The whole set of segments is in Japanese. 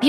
美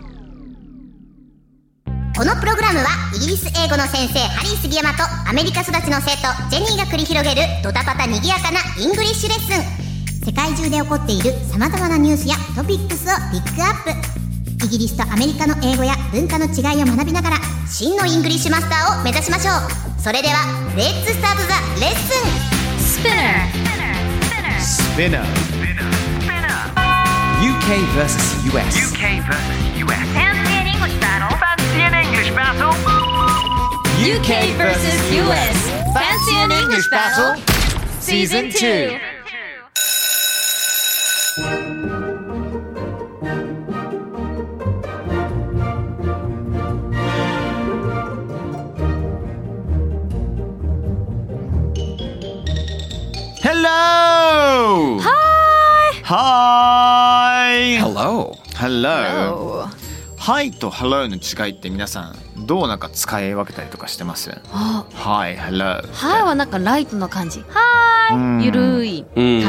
このプログラムはイギリス英語の先生ハリー杉山とアメリカ育ちの生徒ジェニーが繰り広げるドタパタにぎやかなイングリッシュレッスン世界中で起こっている様々なニュースやトピックスをピックアップイギリスとアメリカの英語や文化の違いを学びながら真のイングリッシュマスターを目指しましょうそれではレッツスタートザレッスン Spinner. UK versus US. UK versus US. Fancy an English battle. Fancy an English battle. UK versus US. Fancy an English battle? Season 2. Hello! Hi! Hi! Hello. Hello! Hi と Hello の違いって皆さんどうなんか使い分けたりとかしてますあ ?Hi, Hello. はいはなんかライトな感じ。はうーんい。ゆるい感うじ。んうんうんう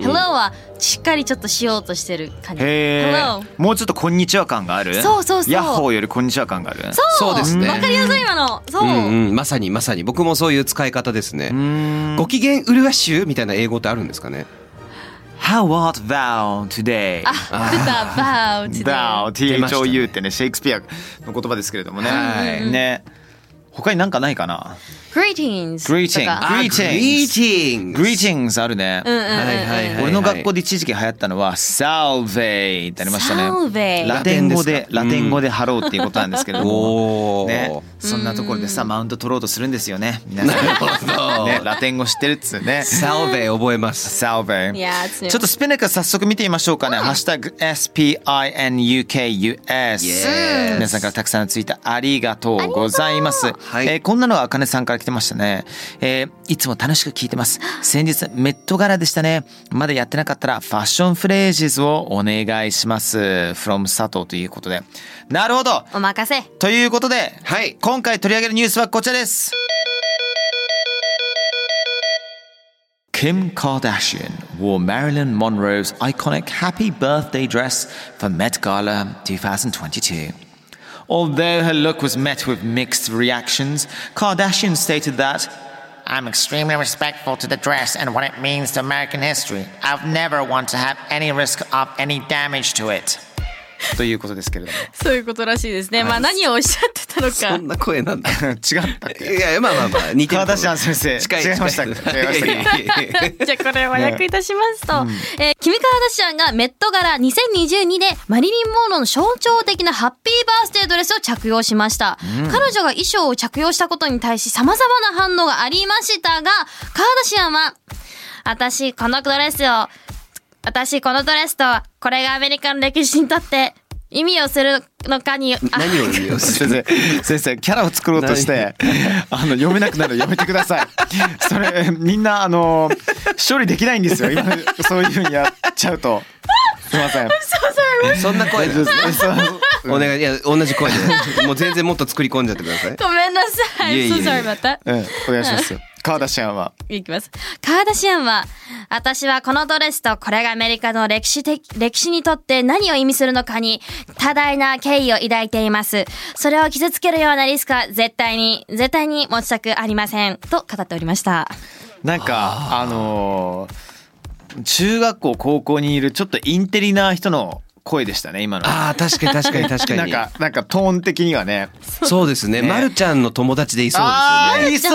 ん Hello はしっかりちょっとしようとしてる感じ。へー Hello。もうちょっとこんにちは感があるそうそうそうヤッホーよりこんにちは感があるそそううですねわかりやすい今の。そうう。んうん、まさにまさに僕もそういう使い方ですうね。ーんご機嫌うるわしゅうみたいな英語ってあるんですかね。 How art thou today? あ、歌 about だ thou, 出ましたね thou ってね、シェイクスピアの言葉ですけれどもね。はいね。他になんかないかな Greetings と Greeting か。 Greetings グリーティング ?Greetings あるね。うんうんうん。はいはいはい。俺の学校で一時期流行ったのは「Salve」ってありましたね。 Salve ラテン語でララテンですかテン語で「ハロー」っていうことなんですけれども。おお。ね、そんなところでさマウント取ろうとするんですよね皆さん、ね、ラテン語知ってるっつうねサオ ベ覚えます。 Salve Yeah, it's new. ちょっとスピネから早速見てみましょうかね「ハッシュタグ #SPINUKUS」皆さんからたくさんのツイートありがとうございます、いえーこんなのはあかねさんから来てましたね、えーいつも楽しく聞いてます先日メット柄でしたねまだやってなかったらファッションフレージズをお願いします from 佐藤ということでなるほどお任せ。ということで、はい今回取り上げるニュースはこちらです。Kim Kardashian wore Marilyn Monroe's iconic Happy Birthday dress for Met Gala 2022. Although her look was met with mixed reactions, Kardashian stated that I'm extremely respectful to the dress and what it means to American history. I've never want to have any risk of any damage to it. ということですけれども。そういうことらしいですね。まあ何をおっしゃってたのそかん。な声なん だ。違ったっいけやいやまあまあまあ似てると思う。川田さん先生近い違いました近違いましたいやいやいやいや じゃあこれは役に立ちますと、えーキム・カーダシアンがメット柄2022でマリリン・モンローの象徴的なハッピーバースデードレスを着用しました、彼女が衣装を着用したことに対し様々な反応がありましたがカーダシアンは私このドレスを私このドレスとこれがアメリカの歴史にとって意味をするのかにあ何を意味をす先る。生先生キャラを作ろうとしてあの読めなくなるのやめてくださいそれみんなあの処理できないんですよ今そういうふうにやっちゃうとすいませんそんな声大な丈ん夫だ。ですお願いいや同じ声 でもう全然もっと作り込んじゃってください。ごめんなさい いえいえいえ So sorry about that うんうんお願いしますよ川田シアンはいきます。カーダシアンは、私はこのドレスとこれがアメリカの歴史的、歴史にとって何を意味するのかに多大な敬意を抱いています。それを傷つけるようなリスクは絶対に、絶対に持ちたくありません。と語っておりました。なんかあの中学校高校にいるちょっとインテリな人の声でしたね今のああ確かに確かに確かなんに。かなんかトーン的にはねそうですね。ねまるちゃんの友達でいそうあですあよね。いそう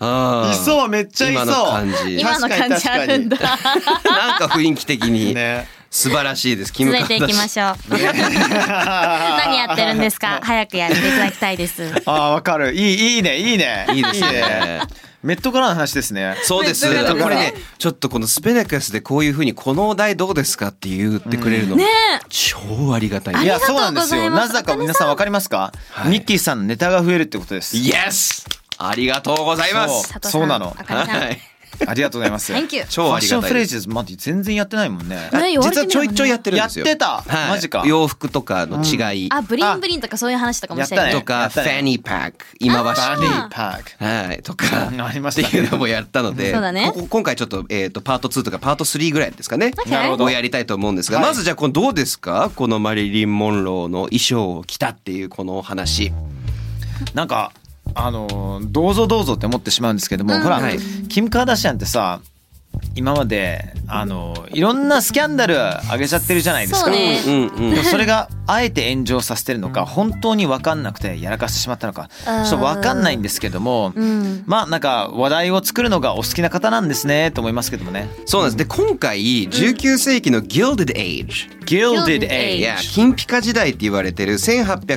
あいーそうめっちゃいそう今の感じ。今の感じあるんだ。なんか雰囲気的にね素晴らしいです。キム続カいーダてシいきましょう。何やってる んですか早くやっていただきたいです。ああわかるいいいいねいいねいいですね。メットガラの話ですね。 そうです。だからこれね、ちょっとこのスペダキャスでこういうふうにこのお題どうですかって言ってくれるの、超ありがたい。いいやや、そうなんですあよ。りがなとうございますぜだか皆さんわかりますかミッキーさんのネタが増えるってことです。イエスありがとうございます。佐藤さんそうなのあかりさんはい。ありがとうございます。 Thank you 超ありがたいですファッションフレーズ、まだ全然やってないもんね。 ね言われ実てみればねはちょいちょいやってるんですよ。やってたはいマジか洋服とかの違いあブリンブリンとかそういう話とかもしてるやったねとやか、っフたねァニーパック、今はバニーパック。はい、とうんか、ありましたねっていうのもやったので、そうだねここ今回ちょっと、えっ、と、パート2とかパート3ぐらいですかね。 Okay なるほどをやりたいと思うんですが、はいまずじゃあ、このどうですかこのマリリン・モンローの衣装を着たっていうこのお話。なんかあのーどうぞどうぞって思ってしまうんですけども、ほら、はいキム・カーダシアンってさ今まであのーいろんなスキャンダル上げちゃってるじゃないですそかうねうんうんで。もそれがあえて炎上させてるのか本当に分かんなくてやらかしてしまったのかちょっと分かんないんですけども、うんまあなんか話題を作るのがお好きな方なんですねと思いますけどもね。そうなんです。で、今回、19世紀の Gilded Age。 Gilded Gilded Age Age いや金ピカ時代って言われてる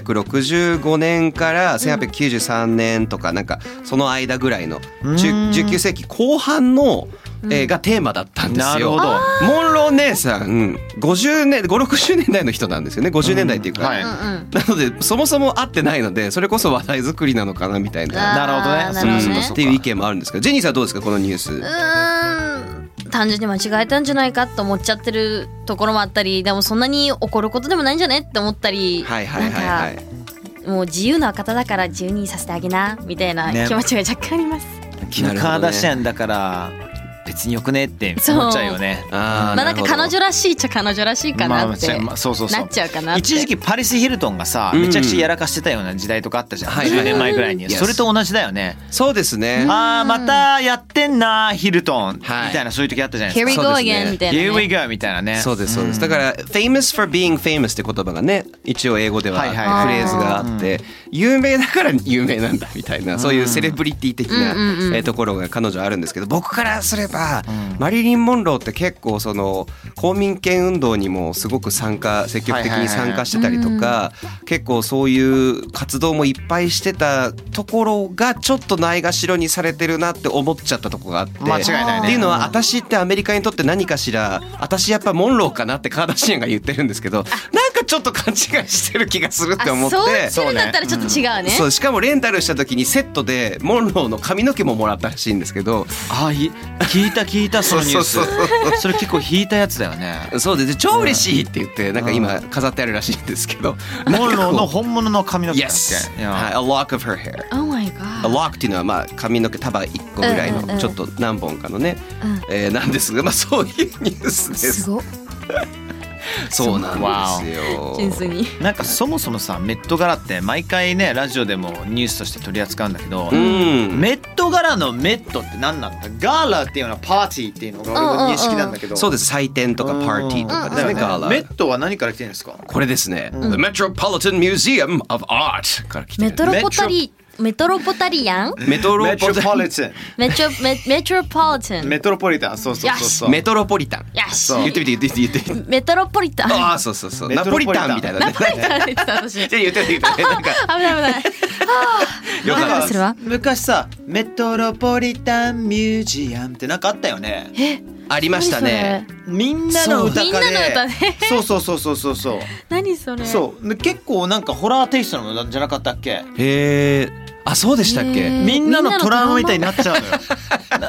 1865年から1893年とかなんかその間ぐらいの10 19世紀後半の、えーがテーマだったんですよ。なるほどあモンロー姉さん50年560年代の人なんですよね50年代っていうか、はいうんうんなのでそもそも会ってないのでそれこそ話題作りなのかなみたいな。あなるーほどねなるほどねそっていう意見もあるんですけどジェニーさんどうですかこのニュース。うーん単純に間違えたんじゃないかと思っちゃってるところもあったりでもそんなに怒ることでもないんじゃねって思ったりはいはいはいはなんかい。もう自由な方だから自由にさせてあげなみたいなね気持ちが若干あります、キム・カーダシアンだから別によくねって思っちゃうよね。あーまあなるんかほど彼女らしいっちゃ彼女らしいかなって、まあまあそうそうそうなっちゃうかなって一時期パリス・ヒルトンがさうんめちゃくちゃやらかしてたような時代とかあったじゃんはい10年前ぐらいに Yes それと同じだよねそうですね。あーまたやってんなヒルトンみはいたいなそういう時あったじゃないで Here す we か go そうですね again みたいな、ね、 Here we go みたいなねそうですそうです。だから「famous for being famous」って言葉がね一応英語でははフいレはいはいーズがあって有名だから有名なんだみたいなそういうセレブリティ的なえーところが彼女あるんですけど僕からすればマリリン・モンローって結構その公民権運動にもすごく参加積極的に参加してたりとか結構そういう活動もいっぱいしてたところがちょっとないがしろにされてるなって思っちゃったとこがあって間違いないっねていうのは私ってアメリカにとって何かしら私やっぱモンローかなってカーダシアンが言ってるんですけどなんかちょっと勘違いしてる気がするって思あってそう言ってるんだったらちょっと違うねそうしかもレンタルした時にセットでモンローの髪の毛ももらったらしいんですけどあーい聞いた聞いたそのニュースそうそうそれ結構引いたやつだよ ねそうです超嬉しいって言ってなんか今飾ってあるらしいんですけどモンローの本物の髪の毛だっ Yes、けいはい、や A lock of her hair Oh my A god lock っていうのはまあ髪の毛束1個ぐらいうんうんうんのちょっと何本かのね、えーなんですがまあそういうニュースですすごっそうなんですよ純粋になんかそもそもさメット柄って毎回ねラジオでもニュースとして取り扱うんだけどうんメット柄のメットって何なんだガーラっていうのはパーティーっていうのが俺の認識なんだけどそうです祭典とかパーティーとかですねガーラットは何から来てるんですかこれですね、The Metropolitan Museum of Art から来てるメトロポタリメトロポタ リアンメトロメトポロポタリタンメトロメメトロポリタンメトロポリタンそうそうそうそうメトロポリタンよしそう言ってみて言ってみて言 ってみてメトロポリタンああそうそうそうメナトポロリポリタンタンみたいなね 言ってた私危じゃ言ってみて言ってみてなんかない危ないよわかかるったそれは昔さメトロポリタンミュージアムってなんかあったよねありましたねみんなの歌かでみんなの歌ねそうそうそうそうそうそう何それそうで結構なんかホラーテイストのものじゃなかったっけへえあそうでしたっへーけみんなのトラウマみたいになっちゃうのよ。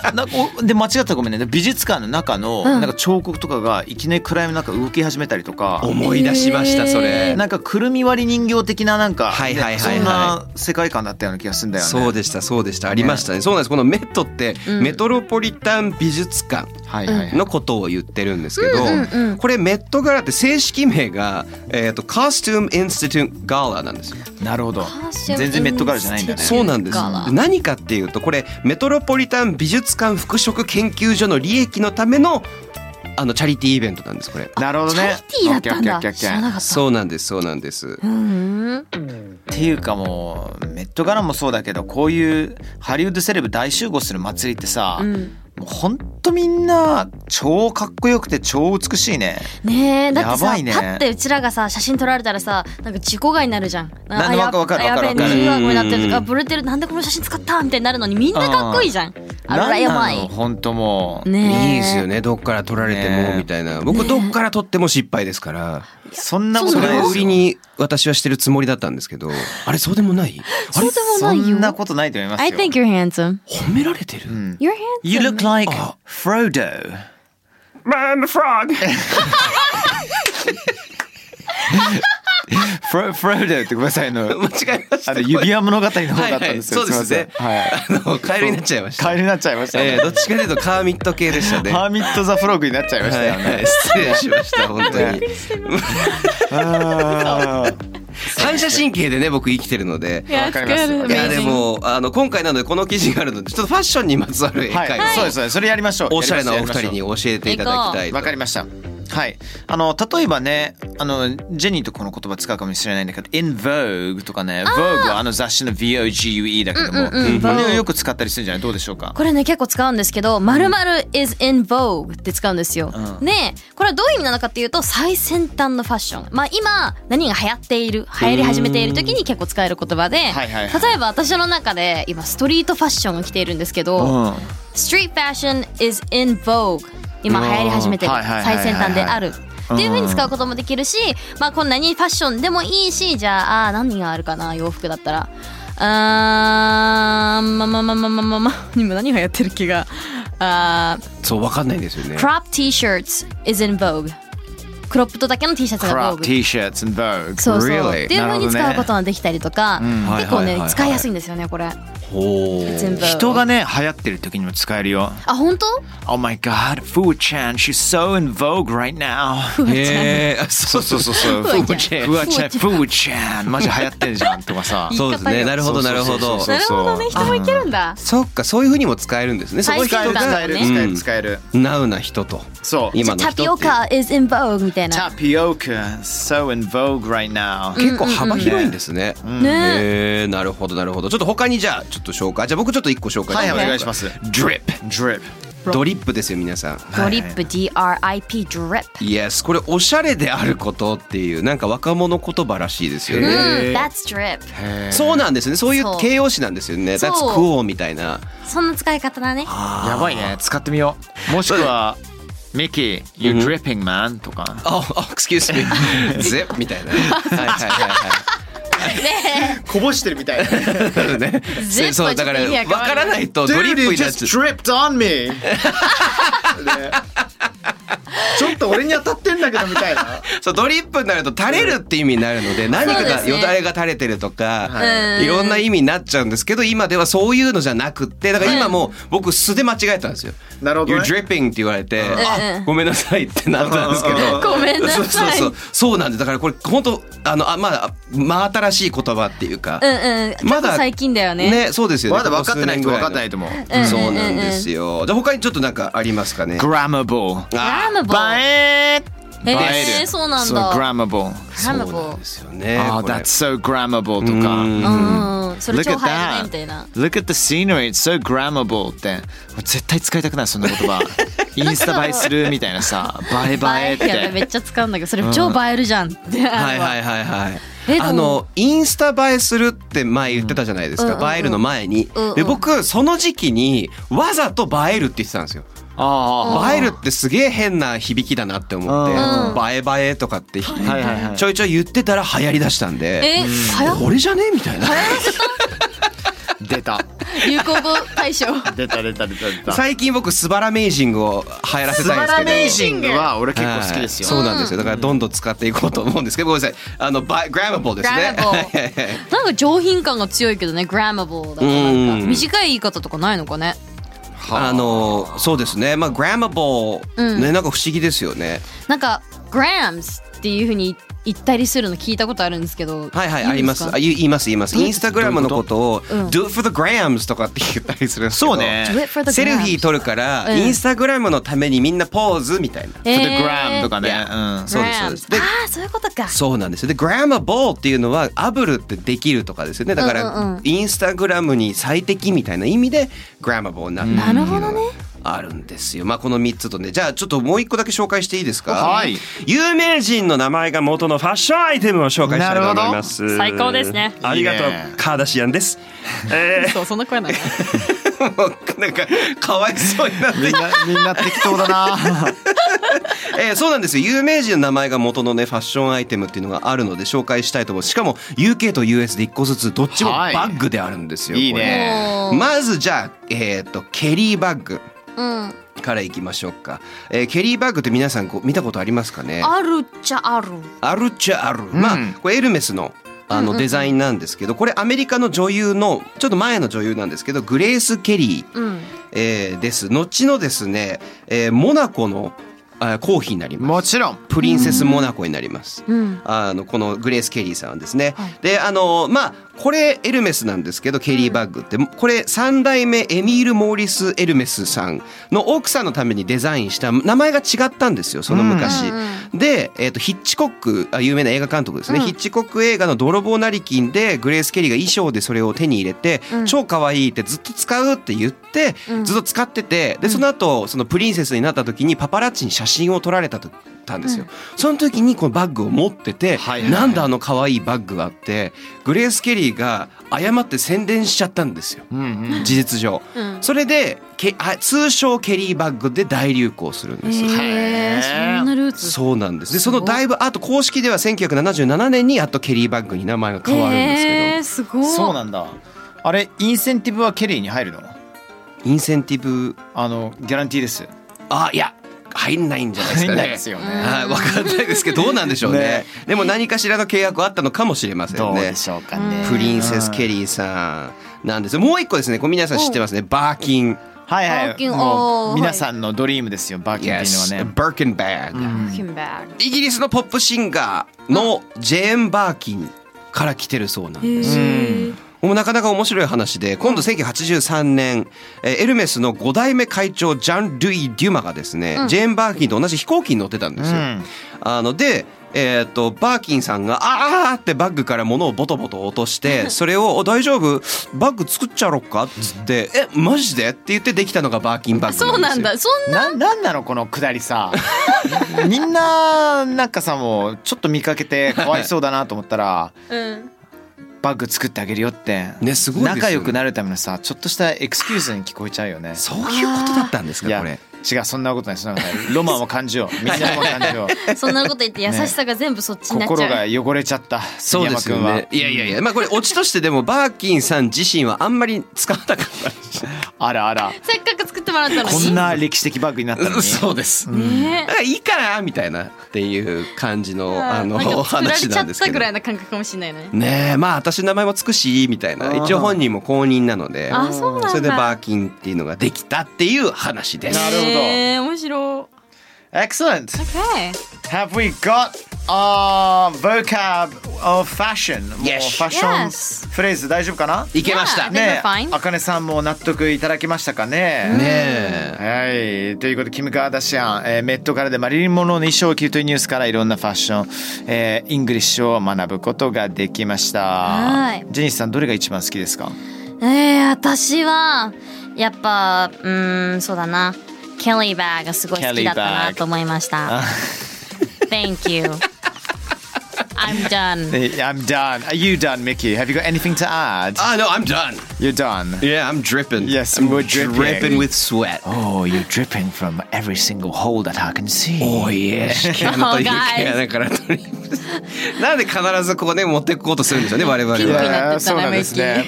ななおで間違ったらごめんねで美術館の中のなんか彫刻とかがいきなり暗闇の中動き始めたりとか、思い出しましたそれなんかくるみ割り人形的ななんか、はいはいはいはいねそんな世界観だったような気がするんだよね。そうでしたそうでしたありましたねそうなんですこのメットってんメトロポリタン美術館はいはいはい、のことを言ってるんですけど、うんうんうんこれメットガラって正式名が、えー、とカスチューム・インスティテュート・ガーラなんですよ。なるほどカーシウム全然メットガラじゃないんだね。そうなんですガーラ何かっていうとこれメトロポリタン美術館服飾研究所の利益のためのあのチャリティーイベントなんですこれ。なるほどチャねリ。ティーだったんだオッケーオッケーオッケーオッ知ケーらなかったそうなんですそうなんです。うんっていうかもうメットガラもそうだけどこういうハリウッドセレブ大集合する祭りってさ、うんもうほんとみんな超かっこよくて超美しいね。ねえだってやさ、ばいねパッてうちらがさ写真撮られたらさなんか自己外になるじゃんなんなんでわかわかるわかるわかやべえるね。不安になってるとかうんブレてるなんでこの写真使ったみたいになるのにみんなかっこいいじゃんあらやばい本当もう、ねえいいですよねどっから撮られてねえもみたいな僕どっから撮っても失敗ですからそんなことそないれですをよ売りに私はしてるつもりだったんですけどあれそうでもないあれそうでもないよそんなことないと思いますよ I think you're handsome 褒められてる、 you're handsome You look like Frodo Man frog Fro Frodo ってくださいあの 間違えましあたの指輪物語の方だったんですよ、はいはいそうですねいませんはいあのカエルになっちゃいましたカエルになっちゃいましたね、えーどっちかというとカーミット系でしたねハーミット・ザ・フロッグになっちゃいましたよはいはねい、失礼しました本当にあー反射神経でね僕生きてるのでや わかります作るいやでもあの今回なのでこの記事があるのでちょっとファッションにまつわる英はい、会話そうですねそれやりましょうおしゃれなお二人やりましょうに教えていただきたいとわかりました。はい。あの例えばね、あのジェニーとこの言葉使うかもしれないんだけど、in vogue とかね、vogue はあの雑誌の V O G U E だけども、これをよく使ったりするんじゃない？どうでしょうか？これね結構使うんですけど「まる is in vogue」って使うんですよ。でこれはどういう意味なのかっていうと最先端のファッション。まあ今何が流行っている流行り始めている時に結構使える言葉で、はいはいはい例えば私の中で今ストリートファッションが来ているんですけど、うん。 Street fashion is in vogue 今流行り始めてるうんはいはいはいはい最先端であるっていう風に使うこともできるしまあこんなにファッションでもいいしじゃああー何があるかな洋服だったらあーまあまあまあまあまあまあまあ今何がやってる気があそうわかんないですよねー crop t-shirts is in vogue クロップとだけの T シャツが crop vogue T-shirts and vogue。そうそう、 Really？っていう風に使うことができたりとか、はい結構はいはいはねい使いやすいんですよねこれほう全部人がね流行ってる時にも使えるよ。あ本当 Oh my God, Fu Chan, she's so in vogue right now. へえあそうそうそうそうふわふちゃんわちゃんフワちゃん、フーちゃん、マジ流行ってるじゃんとかさ。そうですねなるほどなるほどそうなるほどね人もいけるんだそっかそういうふうにも使えるんですねその人最先端がだ使ねえる、使える、使える。ナウな人とそう。今の人タっていピうオカ is in vogue みたいな。タピオカ、so in vogue right now。結構幅広いんですね。ねへえなるほどなるほど。ちょっと他にじゃあちょっと紹介じゃあ僕ちょっと一個紹介はい、お願いしします。ます。ドリップ drip。ドリップですよ皆さん。ドリップ DRIP ドリップ。 Yes これおしゃれであることっていうなんか若者言葉らしいですようんね。 That's drip。そうなんですねそういうそう形容詞なんですよね。そう That's cool みたいな。そんな使い方だね。やばいね、使ってみよう。もしくは、ミキ、you dripping man とか。あ、あ excuse me ぜみたいな。はいはいはい はい。こぼしてるみたいな。ね、ゼップそはうちょだっからと意味わが変わるからないとドリップになっちゃう。 dripped on me。ちょっと俺に当たってんだけどみたいな。そうドリップになると垂れるって意味になるので何かそうでがすねよだれが垂れてるとか、うんいろんな意味になっちゃうんですけど今ではそういうのじゃなくってだから今もう僕素で間違えたんですよ。なるほど You're ね dripping って言われて、うあんごめんなさいってなったんですけど。 ごめんなそうそうさい。そううそうなんですだからこれ本当あのあまあ真新しい言葉っていうか、んうん。ままだだ最近だよね。ねそうですよねまだ分かってない人分かってないい、と思う。うんそうなんですよじゃあ他にちょっとなんかありますかね grammable。ラムボー。映ええ映ーそうなんだ grammable。ラムボそうなんーで。すよね Oh, これ that's so grammable とか。うんうん。それ Look 超 at 流行るねみたい that. な。 Look at the scenery. It's so grammable って。絶対使いたくない、そんな言 葉。インスタ映えするみたいなさ。映え映えっいやめて。っちゃ使うんだけどそれ超映えるじゃん。ははいはいはいはいえ。あでものインスタ映えするって前言ってたじゃないですうんうんうんか。映えるの前にうんうん。で僕その時期にわざと映えるって言ってたんですよ。あ映えるってすげえ変な響きだなって思ってう映え映えとかってちいはいはいょいちょい言ってたら流行りだしたんで。 え流行これじゃねみたいな。あ、出た。流行語大賞。出た出た出た出た。最近僕スバラメイジングを流行らせスたいんバですけど。ラメイジングは俺結構好きですよ。はいそうなんですよ。だからどんどん使っていこうと思うんですけど、ごめんなさい。あのバグラマボーですね。 Grammable なんか上品感が強いけどね grammable だからなんかうん短い言い方とかないのかね。あのそうですね、まあ、グラマボうー、んね、なんか不思議ですよね。なんか grams っていうふうに言ったりするの聞いたことあるんですけど。はいはい、あります。いいんあ、で言い言います、言います。インスタグラムのことを、ん do it for the grams とかって言ったりするんですけど。そうね Do it for the セルフィー grams 撮るから、うんインスタグラムのためにみんなポーズみたいな。え For ー the gram とかね。 Yeah うんそうですそうです grams でああそういうことか。そうなんですよでグラマボーっていうのはアブルってできるとかですよねだから、うんうんうんインスタグラムに最適みたいな意味でグラマボーになるっていうのがなるほどねあるんですよ。まあこの3つとねじゃあちょっともう一個だけ紹介していいですかはい有名人の名前が元のファッションアイテムを紹介したいと思います。なるほど最高ですねありがとういいねカーダシアンです。えそうそんな声なのー、もうなんかかわいそうになってみんなみんな適当だなえーそうなんですよ有名人の名前が元のねファッションアイテムっていうのがあるので紹介したいと思いますしかも UK と US で1個ずつどっちもはいバッグであるんですよ、 いいねこれまずじゃあえっ、とケリーバッグうん。からいきましょうか、えーケリーバッグって皆さんこう見たことありますかねあるっちゃある。あるっちゃある、まあこれエルメスのあのデザインなんですけどこれアメリカの女優のちょっと前の女優なんですけどグレース・ケリー、うん。えーです後のですね、えーモナコのあー皇妃になりますもちろんプリンセスモナコになります。うん。あのこのグレース・ケリーさんはですね、はいであのまあこれエルメスなんですけどケリーバッグってこれ3代目エミール・モーリス・エルメスさんの奥さんのためにデザインした名前が違ったんですよその昔、うんで、えー、とヒッチコックあ有名な映画監督ですね、ヒッチコック映画の「泥棒成金」でグレース・ケリーが衣装でそれを手に入れて、超可愛いってずっと使うって言って、ずっと使っててでその後そのプリンセスになった時にパパラッチに写真を撮られたとたんですよ、その時にこのバッグを持ってて、はいはいなんだあの可愛いバッグがあってグレース・ケリーが誤って宣伝しちゃったんですよ、事実上、それでけあ通称ケリーバッグで大流行するんですよ、えー、そんなルーツそうなんです。で、そのだいぶ後公式では1977年にやっとケリーバッグに名前が変わるんですけえー、すごいそうなんだあれインセンティブはケリーに入るのど、インセンティブあのギャランティーですあいや入んないんじゃないですか入んね。ないですよねはい、わかんないですけどどうなんでしょうね。 ねでも何かしらの契約はあったのかもしれませ どんうねで。しょうかねプリンセスケリーさんなんですよ。もう一個ですね。これ皆さん知ってますね。バーキン。はいバはーキいンもうおー皆さんのドリームですよバーキンっていうのはね Yes. バーキンバッグ。キンバーグイギリスのポップシンガーのジェーン・バーキンから来てるそうなんです。もうなかなか面白い話で今度1983年、えーエルメスの5代目会長ジャン・ルイ・デュマがですね、ジェーン・バーキンと同じ飛行機に乗ってたんですよ。あので、えー、とバーキンさんが「あー!」ってバッグから物をボトボト落と してそれをお「大丈夫バッグ作っちゃろっか」っつって「えマジで?」って言ってできたのがバーキンバッグそうなんですよだ。そんな。ななんなのこのくだり さみんななんかさもうちょっと見かけてかわいそうだなと思ったらうん。バッグ作ってあげるよって、ねすごいですよね仲良くなるためのさちょっとしたエクスキューズに聞こえちゃうよねそういうことだったんですいかやこれ。違うそんなことないそんなことないロマンを感 じようみんなロマン感じようそんなこと言って優しさが全部そっちになっちゃう。心が汚れちゃった杉山君は、いやいやいや、まあこれオチとしてでもバーキンさん自身はあんまり使わなかったらしい。あらあらせっかく作ってもらったのに。こんな歴史的バッグにな ったの にそうです。だねからいいかなみたいなっていう感じえ。のあのなんお か作られ話ちなゃんっですけたぐどらい。な感覚かもしれないね。ねえまあ私の名前もつくしみたいなあー一応本人も公認なのであそうなんだそれでバーキンっていうのができたっていう話です。なるほどえー、面白 Excellent い。はい。 Have we got a vocab of fashion? もう Yes. ファッション Yes. フレーズ大丈夫かないけました。 Yeah. ねね think we're fine. あかねさんも納得いただけましたかねえ。はい。ということで、キム・カーダシアン、えーメットからでマリリン・モンローの衣装を着るというニュースからいろんなファッション、えーイングリッシュを学ぶことができました。はいジェニスさん、どれが一番好きですかえー、私はやっぱうーんそうだなケリーバーがすごい好きだったなと思いました。Thank you. I'm done. Eh, ?I'm done. Are you done, Mickey? Have you got anything to add? あ、no, I'm done. You're done. Yeah, I'm dripping. Yes, I'm we're dripping. dripping with sweat. Oh, you're dripping from every single hole that I can see. Oh yes. 毛穴という Oh, guys. 毛穴から取り なんで必ずここね持ってこうとするんでしょうね我々ピンクには。なってたそうなんねですね。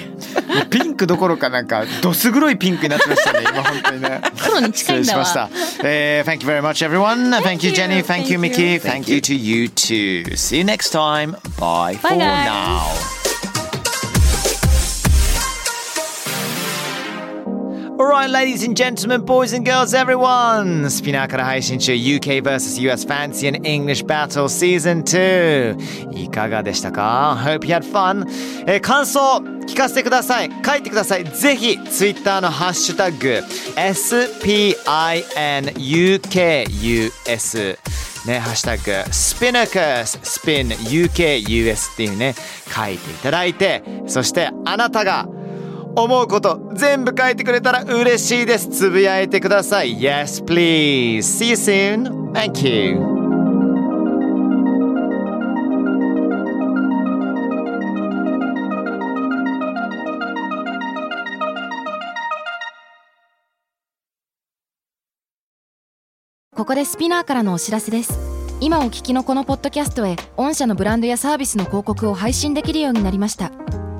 ピンクどころかなんかどす黒いピンクになってましたね。今本当にね。黒に近いんだ失礼しまわした。えー thank you very much everyone. Thank you you. Jenny. Thank you Thank Mickey. Thank you to you too. See you next time. Bye for Bye, guys. now. オ l right, ladies and gentlemen, boys and girls, everyone! スピナーから配信中 UK vs.US Fancy and English Battle Season 2! いかがでしたか ?Hope you had fun! えー感想聞かせてください書いてくださいぜひ Twitter のハッシュタグ SPINUKUS ね、ハッシュタグスピナクススピン UKUS っていうね書いていただいてそしてあなたが思うこと全部書いてくれたら嬉しいですつぶやいてください Yes please See you soon Thank you ここでスピナーからのお知らせです今お聞きのこのポッドキャストへ御社のブランドやサービスの広告を配信できるようになりました